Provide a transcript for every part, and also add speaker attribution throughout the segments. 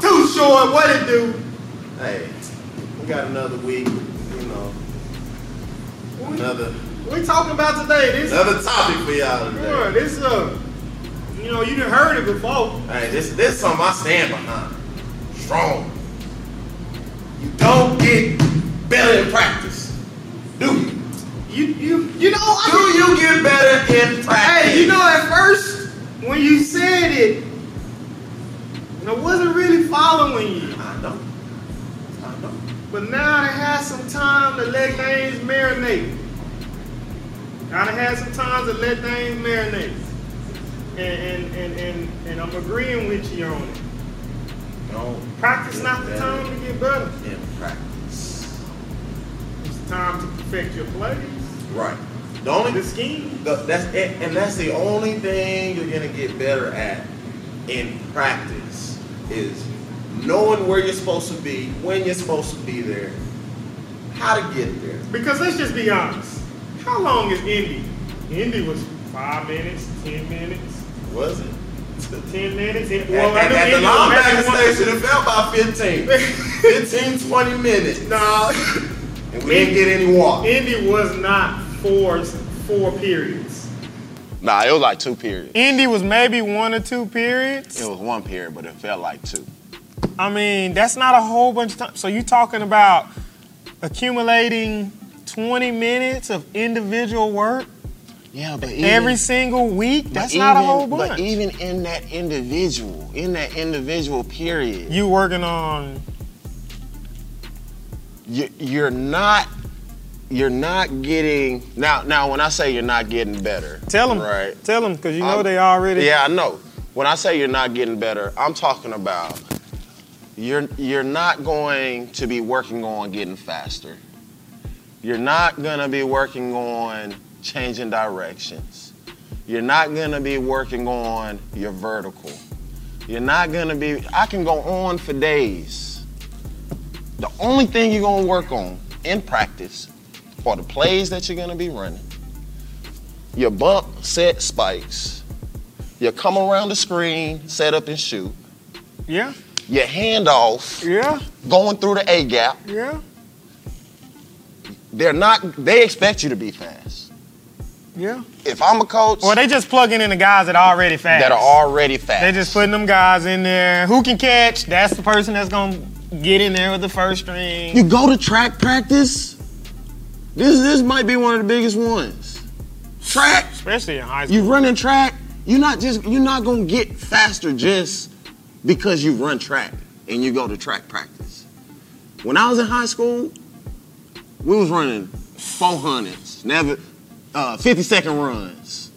Speaker 1: doing what it do. Hey, we got another week, you know. Another
Speaker 2: We talking about today. This
Speaker 1: another topic for y'all
Speaker 2: Sure,
Speaker 1: today.
Speaker 2: this uh, you know, you done heard it before.
Speaker 1: Hey, this this something I stand behind. Strong. You don't get better in practice. Do you?
Speaker 2: You you you know.
Speaker 1: Do
Speaker 2: I,
Speaker 1: you get better in practice?
Speaker 2: hey, you know, at first when you said it, I wasn't really following you,
Speaker 1: I know. I know.
Speaker 2: but now I done had some time to let things marinate. I done had some time to let things marinate, and and and and, and I'm agreeing with you on it.
Speaker 1: Don't
Speaker 2: Practice
Speaker 1: get
Speaker 2: not the
Speaker 1: better
Speaker 2: time to get better.
Speaker 1: in practice.
Speaker 2: It's the time to perfect your plays,
Speaker 1: Right. The only
Speaker 2: the scheme.
Speaker 1: The- that's it, and that's the only thing you're gonna get better at in practice is knowing where you're supposed to be, when you're supposed to be there, how to get there.
Speaker 2: Because let's just be honest. How long is Indy? Indy was five minutes, ten minutes,
Speaker 1: Was it?
Speaker 2: ten minutes. It,
Speaker 1: Well,
Speaker 2: well,
Speaker 1: at,
Speaker 2: I knew
Speaker 1: at the
Speaker 2: Indy
Speaker 1: linebacker
Speaker 2: was one-
Speaker 1: station, it felt about 15, 15, 20 minutes,
Speaker 2: Nah,
Speaker 1: and we didn't get any walk.
Speaker 2: Indy was not four four periods.
Speaker 3: Nah, it was like two periods.
Speaker 2: Indy was maybe one or two
Speaker 3: It
Speaker 2: periods.
Speaker 3: was one period, but it felt like two.
Speaker 2: I mean, that's not a whole bunch of time. So you talking about accumulating 20 minutes of individual work
Speaker 3: Yeah, but
Speaker 2: every single week?
Speaker 3: but
Speaker 2: That's not a
Speaker 3: even-
Speaker 2: whole
Speaker 3: But
Speaker 2: bunch.
Speaker 3: even in that individual, in that individual period,
Speaker 2: You working on
Speaker 3: you, you're not you're not getting now. Now, when I say you're not getting better,
Speaker 2: Tell them,
Speaker 3: right?
Speaker 2: Tell them, cause you know
Speaker 3: I'm-
Speaker 2: they already.
Speaker 3: Yeah, I know. When I say you're not getting better, I'm talking about you're you're not going to be working on getting faster. You're not going to be working on changing directions. You're not going to be working on your vertical. You're not going to be I can go on for days. The only thing you're going to work on in practice are the plays that you're going to be running. Your bump set spikes. You come around the screen, set up and shoot.
Speaker 2: Yeah,
Speaker 3: Your handoff
Speaker 2: yeah,
Speaker 3: going through the A gap.
Speaker 2: yeah,
Speaker 3: They're not. They expect you to be fast.
Speaker 2: yeah.
Speaker 3: If I'm a coach
Speaker 2: Or they just plugging in the guys that are already fast.
Speaker 3: that are already fast,
Speaker 2: They just putting them guys in there. Who can catch? That's the person that's gonna get in there with the first string.
Speaker 3: You go to track practice. This this might be one of the biggest ones. Track.
Speaker 2: Especially in high school.
Speaker 3: You running track. You're not just. You're not gonna get faster just because you run track and you go to track practice. When I was in high school, we was running 400s, never uh, 50 second runs.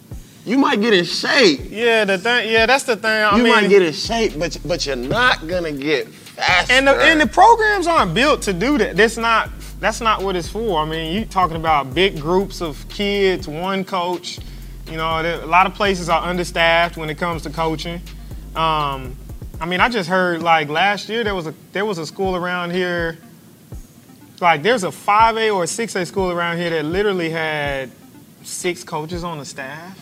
Speaker 3: You might get in shape.
Speaker 2: yeah, the thing. Yeah, that's the thing. I
Speaker 3: you
Speaker 2: mean,
Speaker 3: might get in shape, but but you're not gonna get faster.
Speaker 2: and the and the programs aren't built to do that. That's not that's not what it's for. I mean, you talking about big groups of kids, one coach. You know, there, a lot of places are understaffed when it comes to coaching. Um, I mean, I just heard like last year there was a there was a school around here. Like, there's a 5A or a 6A school around here that literally had six coaches on the staff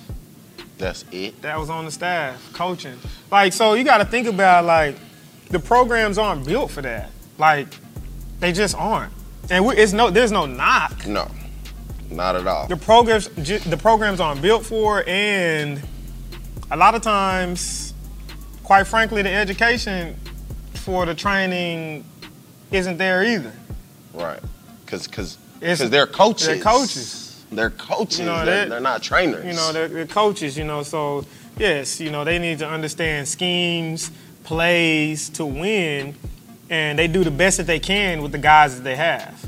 Speaker 3: That's it.
Speaker 2: that was on the staff coaching. Like, so you got to think about like the programs aren't built for that. Like, they just aren't. And we, it's no, there's no knock.
Speaker 3: No, not at all.
Speaker 2: The programs, ju- the programs aren't built for, it, and a lot of times, quite frankly, the education for the training isn't there either.
Speaker 3: Right. Because because
Speaker 2: It's-
Speaker 3: because they're coaches.
Speaker 2: they're coaches.
Speaker 3: They're coaches.
Speaker 2: You know,
Speaker 3: they're,
Speaker 2: that-
Speaker 3: they're not trainers.
Speaker 2: You know, they're, they're coaches, you know, so yes, you know, they need to understand schemes, plays to win, and they do the best that they can with the guys that they have.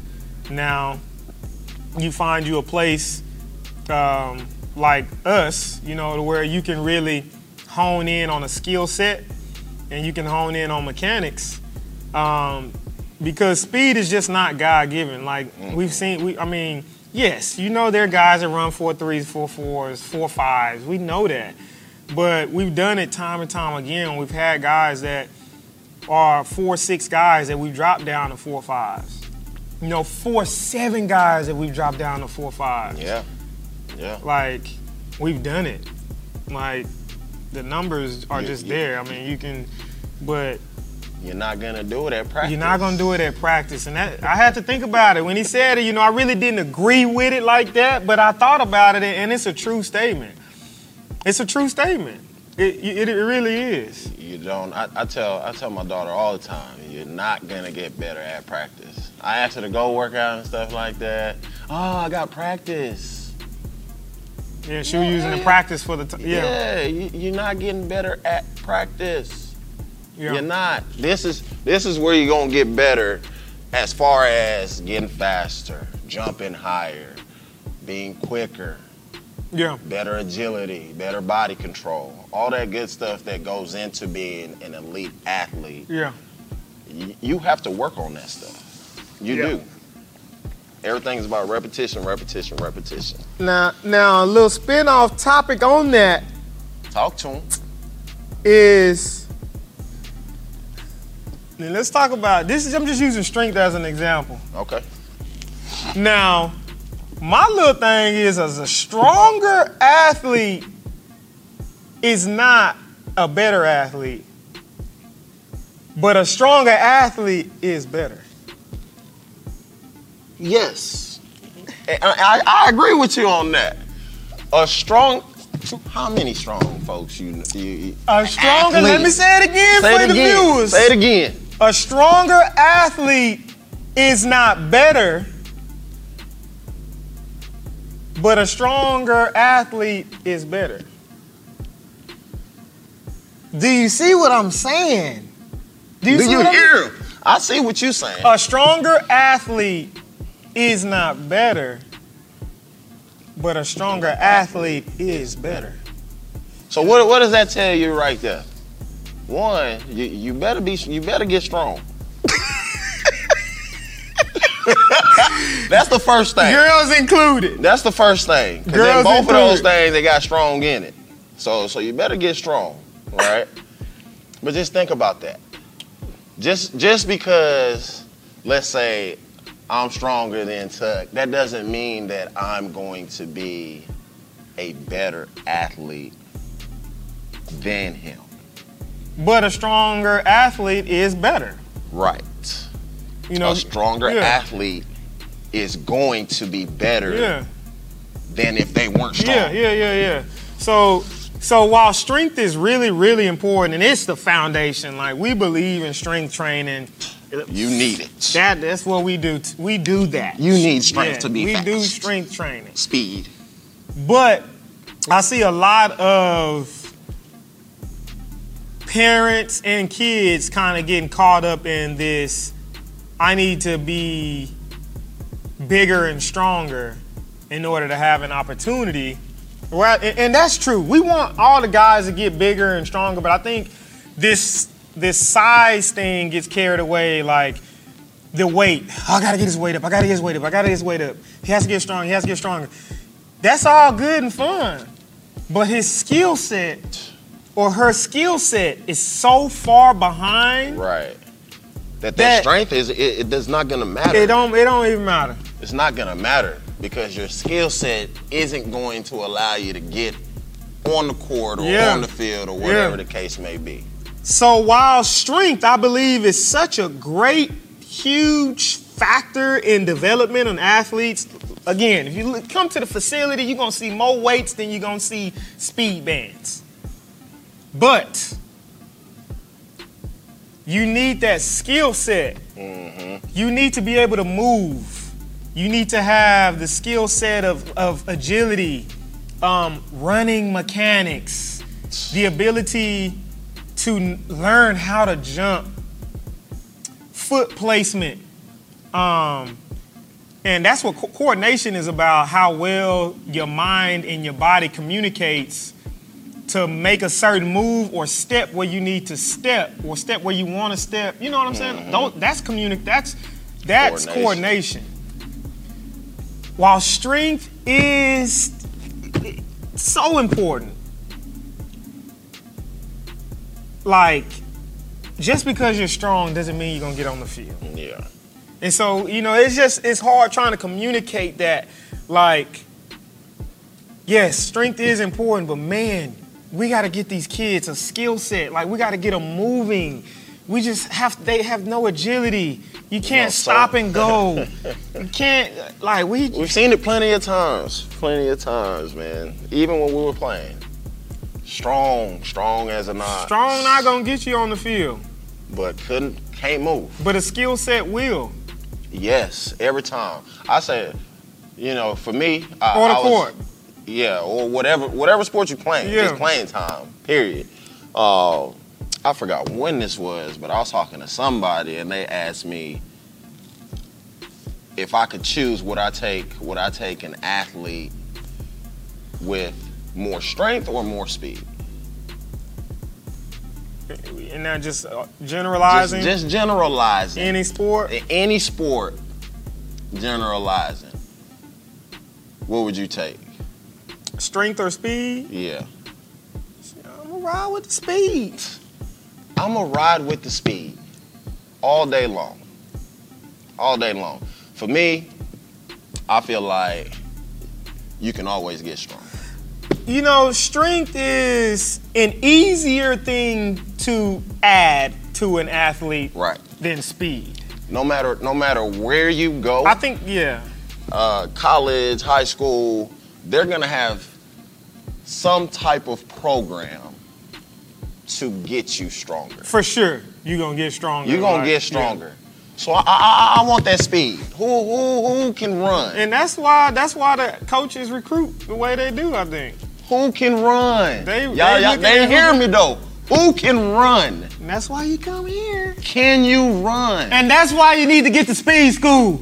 Speaker 2: Now, you find you a place um, like us, you know, to where you can really hone in on a skill set and you can hone in on mechanics. Um, because speed is just not God given. Like we've seen, we I mean, yes, you know there are guys that run four threes, four fours, four fives. We know that, but we've done it time and time again. We've had guys that are four six guys that we've dropped down to four fives. You know, four seven guys that we've dropped down to four fives.
Speaker 3: Yeah. Yeah.
Speaker 2: Like we've done it. Like the numbers are
Speaker 3: Yeah,
Speaker 2: just
Speaker 3: yeah.
Speaker 2: there. I mean, you can, but
Speaker 3: You're not gonna do it at practice.
Speaker 2: You're not gonna do it at practice, and that I had to think about it when he said it. You know, I really didn't agree with it like that, but I thought about it, and it's a true statement. It's a true statement. It, it, it really is.
Speaker 3: You don't. I, I tell I tell my daughter all the time. You're not gonna get better at practice. I ask her to go work out and stuff like that. Oh, I got practice.
Speaker 2: Yeah, she was using the practice for the t- yeah.
Speaker 3: Yeah, you, you're not getting better at practice.
Speaker 2: yeah.
Speaker 3: You're not. This is this is where you're gonna get better as far as getting faster, jumping higher, being quicker,
Speaker 2: Yeah.
Speaker 3: better agility, better body control, all that good stuff that goes into being an elite athlete.
Speaker 2: Yeah.
Speaker 3: Y- You have to work on that stuff. You
Speaker 1: Yeah.
Speaker 3: do. Everything's about repetition, repetition, repetition.
Speaker 2: Now, now a little spin-off topic on that
Speaker 3: Talk to him.
Speaker 2: is now let's talk about this is I'm just using strength as an example.
Speaker 3: Okay.
Speaker 2: Now, my little thing is as a stronger athlete is not a better athlete. But a stronger athlete is better.
Speaker 3: Yes. And I, I, I agree with you on that. A strong, how many strong folks you, you, you
Speaker 2: A stronger, let me
Speaker 3: Athlete.
Speaker 2: say it again
Speaker 3: Say
Speaker 2: for
Speaker 3: it
Speaker 2: the
Speaker 3: again.
Speaker 2: viewers.
Speaker 3: Say it again.
Speaker 2: A stronger athlete is not better, but a stronger athlete is better. Do you see what I'm saying? Do you, see what I'm-
Speaker 3: him? I see what you're saying.
Speaker 2: A stronger athlete is not better, but a stronger athlete is better.
Speaker 3: So what, what does that tell you right there? One, you, you better be you better get strong. That's the first thing.
Speaker 2: Girls included.
Speaker 3: That's the first thing. 'Cause
Speaker 2: Girls
Speaker 3: then both of those
Speaker 2: included.
Speaker 3: things they got strong in it. So so you better get strong, right? but just think about that. Just just because let's say I'm stronger than Tuck, that doesn't mean that I'm going to be a better athlete than him.
Speaker 2: But a stronger athlete is better.
Speaker 3: Right.
Speaker 2: You know,
Speaker 3: a stronger
Speaker 2: yeah.
Speaker 3: athlete is going to be better
Speaker 2: Yeah.
Speaker 3: than if they weren't strong.
Speaker 2: Yeah, yeah, yeah, yeah. So, so while strength is really, really important, and it's the foundation. Like we believe in strength training.
Speaker 3: You need it.
Speaker 2: That that's what we do. t- We do that.
Speaker 3: You need strength to be
Speaker 2: We
Speaker 3: fast.
Speaker 2: do strength training,
Speaker 3: Speed.
Speaker 2: but I see a lot of parents and kids kind of getting caught up in this. I need to be bigger and stronger in order to have an opportunity. Right, and, and that's true. We want all the guys to get bigger and stronger, but I think this this size thing gets carried away. Like the weight, Oh, I gotta get his weight up. I gotta get his weight up. I gotta get his weight up. He has to get strong. He has to get stronger. That's all good and fun, but his skill set or her skill set is so far behind.
Speaker 3: Right. That that,
Speaker 2: That-
Speaker 3: strength is it, it does not gonna matter.
Speaker 2: It don't. It don't even matter.
Speaker 3: it's not gonna matter because your skill set isn't going to allow you to get on the court or
Speaker 2: Yeah.
Speaker 3: on the field or whatever
Speaker 2: Yeah.
Speaker 3: the case may be.
Speaker 2: So while strength, I believe, is such a great, huge factor in development on athletes, again, if you look- come to the facility, you're gonna see more weights than you're gonna see speed bands. But you need that skill set. You need to be able to move. You need to have the skill set of, of agility, um, running mechanics, the ability to n- learn how to jump, foot placement, um, and that's what co- coordination is about. How well your mind and your body communicates to make a certain move or step where you need to step or step where you want to step. You know what I'm saying? Tho- That's communi- That's that's
Speaker 3: Coordination.
Speaker 2: coordination. While strength is so important, like just because you're strong doesn't mean you're gonna get on the field.
Speaker 3: Yeah.
Speaker 2: And so, you know, it's just it's hard trying to communicate that like yes, strength is important, but man, we got to get these kids a skill set. Like we got to get them moving. we just have they have no agility. You can't
Speaker 3: No, so-
Speaker 2: stop and go. you can't like we
Speaker 3: We've seen it plenty of times. Plenty of times, man. Even when we were playing. Strong, strong as a nine.
Speaker 2: strong not gonna get you on the field,
Speaker 3: But couldn't can't move.
Speaker 2: but a skill set will.
Speaker 3: Yes, every time. I said, you know, for me, I,
Speaker 2: On the
Speaker 3: I was-
Speaker 2: court.
Speaker 3: yeah, or whatever, whatever sport you're playing,
Speaker 2: Yeah.
Speaker 3: just playing time. Period. Uh, I forgot when this was, but I was talking to somebody and they asked me if I could choose, would I take would I take an athlete with more strength or more speed?
Speaker 2: And now just uh,
Speaker 3: Just,
Speaker 2: generalizing
Speaker 3: just generalizing.
Speaker 2: any sport.
Speaker 3: in any sport, generalizing, what would you take?
Speaker 2: strength or speed,
Speaker 3: Yeah.
Speaker 2: I'm gonna ride with the speed.
Speaker 3: I'm going to ride with the speed all day long. All day long. For me, I feel like you can always get strong.
Speaker 2: You know, strength is an easier thing to add to an athlete
Speaker 3: Right.
Speaker 2: than speed.
Speaker 3: No matter no matter where you go,
Speaker 2: I think, yeah,
Speaker 3: uh, college, high school, they're going to have some type of program to get you stronger.
Speaker 2: for sure, you're gonna get stronger.
Speaker 3: You're gonna
Speaker 2: like,
Speaker 3: get stronger. So I, I, I- I want that speed. Who, who, who can
Speaker 2: yeah.
Speaker 3: run?
Speaker 2: And that's why that's why the coaches recruit the way they do. I think
Speaker 3: Who can run?
Speaker 2: They-
Speaker 3: y'all,
Speaker 2: they
Speaker 3: y'all,
Speaker 2: looking
Speaker 3: they
Speaker 2: at
Speaker 3: hear
Speaker 2: who-
Speaker 3: me though. Who can run?
Speaker 2: and that's why you come here.
Speaker 3: Can you run?
Speaker 2: And that's why you need to get to speed school.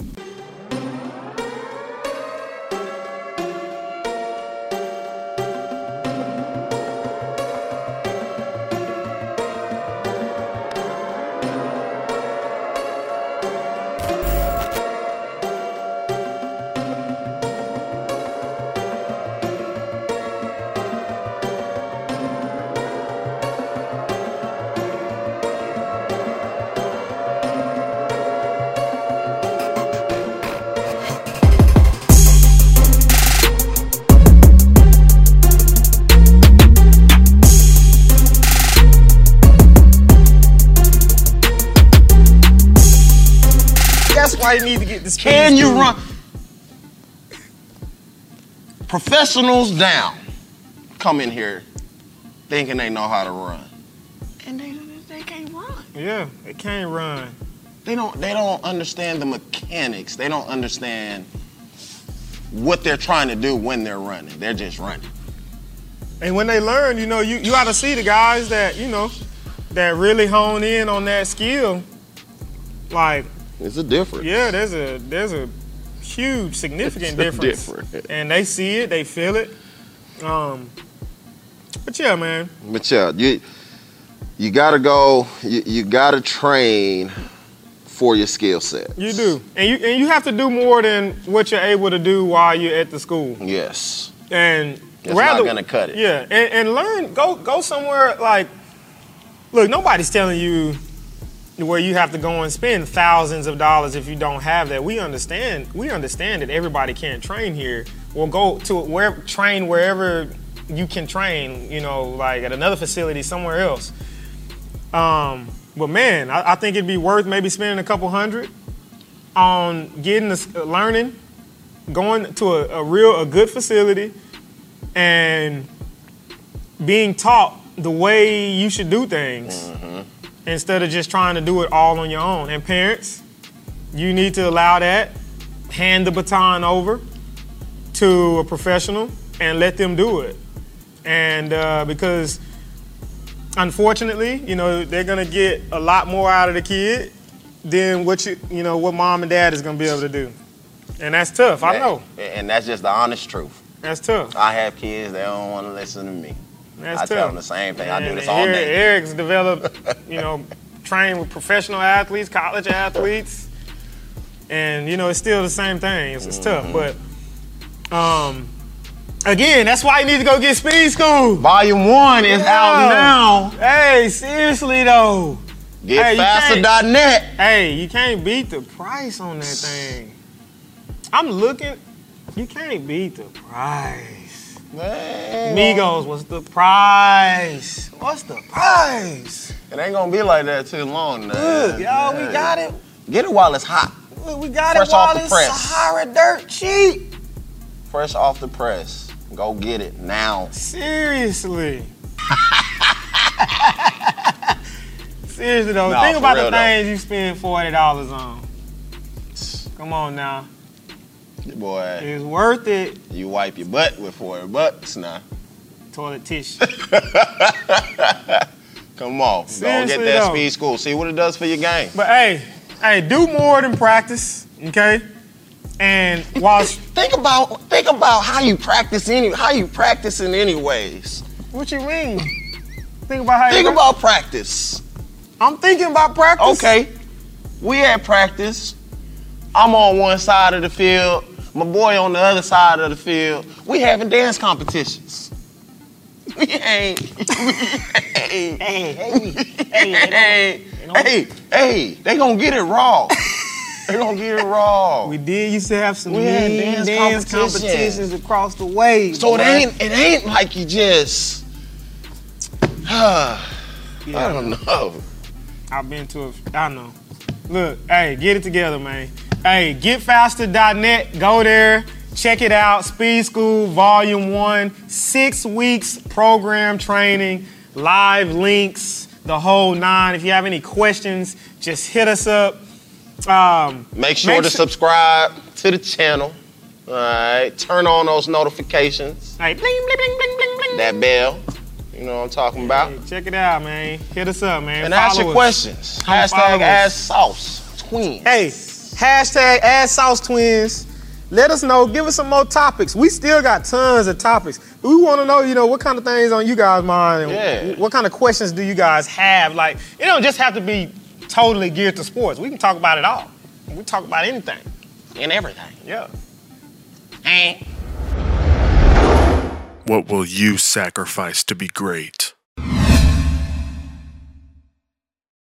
Speaker 2: That's why you need to get to speed
Speaker 3: can you
Speaker 2: school.
Speaker 3: run? Professionals down come in here thinking they know how to run. And they, they can't run.
Speaker 2: Yeah, they can't run.
Speaker 3: They don't they don't understand the mechanics. They don't understand what they're trying to do when they're running. They're just running.
Speaker 2: And when they learn, you know, you, you got to see the guys that, you know, that really hone in on that skill. Like,
Speaker 3: It's a difference.
Speaker 2: yeah, there's a there's a huge significant
Speaker 3: It's a
Speaker 2: difference.
Speaker 3: difference.
Speaker 2: And they see it, they feel it. Um but yeah, man.
Speaker 3: But yeah, you you gotta go. You, you gotta train for your skill set.
Speaker 2: You do. And you and you have to do more than what you're able to do while you're at the school.
Speaker 3: Yes.
Speaker 2: and
Speaker 3: It's
Speaker 2: rather
Speaker 3: not gonna cut it.
Speaker 2: Yeah, and, and learn. Go go somewhere like. Look, nobody's telling you where you have to go and spend thousands of dollars if you don't have that. We understand. We understand that everybody can't train here. Well, go to where train wherever you can train. You know, like at another facility somewhere else. Um, but man, I, I think it'd be worth maybe spending a couple hundred on getting the s- learning, going to a, a real a good facility, and being taught the way you should do things
Speaker 3: Mm-hmm.
Speaker 2: instead of just trying to do it all on your own. And parents, you need to allow that, hand the baton over to a professional and let them do it. And uh, because unfortunately, you know, they're gonna get a lot more out of the kid than what you, you know, what mom and dad is gonna be able to do. And that's tough. I know.
Speaker 3: And, and that's just the honest truth.
Speaker 2: That's tough.
Speaker 3: I have kids. They don't want to listen to me.
Speaker 2: That's
Speaker 3: I
Speaker 2: tough.
Speaker 3: tell them the same thing. I do
Speaker 2: And
Speaker 3: this all
Speaker 2: Eric-
Speaker 3: day.
Speaker 2: Eric's developed, you know, trained with professional athletes, college athletes, and you know it's still the same thing. It's, it's tough,
Speaker 3: Mm-hmm.
Speaker 2: but um, again, that's why you need to go get speed school.
Speaker 3: Volume one is out now.
Speaker 2: Hey, seriously though, Hey, you can't-
Speaker 3: GetFaster.net.
Speaker 2: hey, you can't beat the price on that thing. I'm looking. You can't beat the price. Migos, what's the price? What's the price?
Speaker 3: It ain't gonna be like that too long. Now.
Speaker 4: Look, y'all, we got it.
Speaker 3: Get it while it's hot.
Speaker 4: Look, we got
Speaker 3: Fresh
Speaker 4: it while
Speaker 3: off the
Speaker 4: it's
Speaker 3: press.
Speaker 4: Sahara dirt cheap.
Speaker 3: Fresh off the press. Go get it now.
Speaker 2: Seriously. Seriously though,
Speaker 3: Nah,
Speaker 2: think
Speaker 3: for
Speaker 2: about the
Speaker 3: real, though.
Speaker 2: things you spend forty dollars on. Come on now,
Speaker 3: Boy,
Speaker 2: it's worth it.
Speaker 3: you wipe your butt with four bucks now.
Speaker 2: Toilet tissue.
Speaker 3: Come on. go
Speaker 2: Seriously,
Speaker 3: get that
Speaker 2: though.
Speaker 3: speed school. See what it does for your game.
Speaker 2: but hey, hey, do more than practice, okay? And while
Speaker 3: Think about think about how you practice any how you practicing anyways.
Speaker 2: what you mean? Think about how
Speaker 3: Think
Speaker 2: you
Speaker 3: about practice.
Speaker 2: I'm thinking about practice.
Speaker 3: Okay, we at practice. I'm on one side of the field. My boy on the other side of the field. We having dance competitions. We ain't. Hey, hey, hey, hey, hey! They gonna get it raw. they gonna get it raw.
Speaker 2: We did used to have some
Speaker 3: We had
Speaker 2: mean
Speaker 3: dance
Speaker 2: dance,
Speaker 3: competition.
Speaker 2: competitions across the way.
Speaker 3: So it
Speaker 2: boy.
Speaker 3: ain't it ain't like you just I don't know.
Speaker 2: I've been to a, I know. Look, hey, get it together, man. Hey, getfaster.net, go there, check it out. Speed School Volume 1, six weeks program training, live links, the whole nine. If you have any questions, just hit us up. Um,
Speaker 3: Make sure
Speaker 2: Make
Speaker 3: to
Speaker 2: su-
Speaker 3: subscribe to the channel. All right, turn on those notifications.
Speaker 2: like, bling, bling, bling, bling, bling, bling.
Speaker 3: That bell, you know what I'm talking about.
Speaker 2: Hey, check it out, man. Hit us up, man.
Speaker 3: And ask
Speaker 2: Follow
Speaker 3: your
Speaker 2: us.
Speaker 3: questions.
Speaker 2: Come follow
Speaker 3: Hashtag
Speaker 2: us.
Speaker 3: ass sauce twin.
Speaker 2: Hey, hashtag add sauce twins. Let us know. Give us some more topics. We still got tons of topics. We want to know, you know, what kind of things on you guys' mind, and
Speaker 3: Yeah.
Speaker 2: what kind of questions do you guys have? Like, it don't just have to be totally geared to sports. We can talk about it all. We can talk about anything.
Speaker 3: and everything.
Speaker 2: Yeah.
Speaker 5: What will you sacrifice to be great?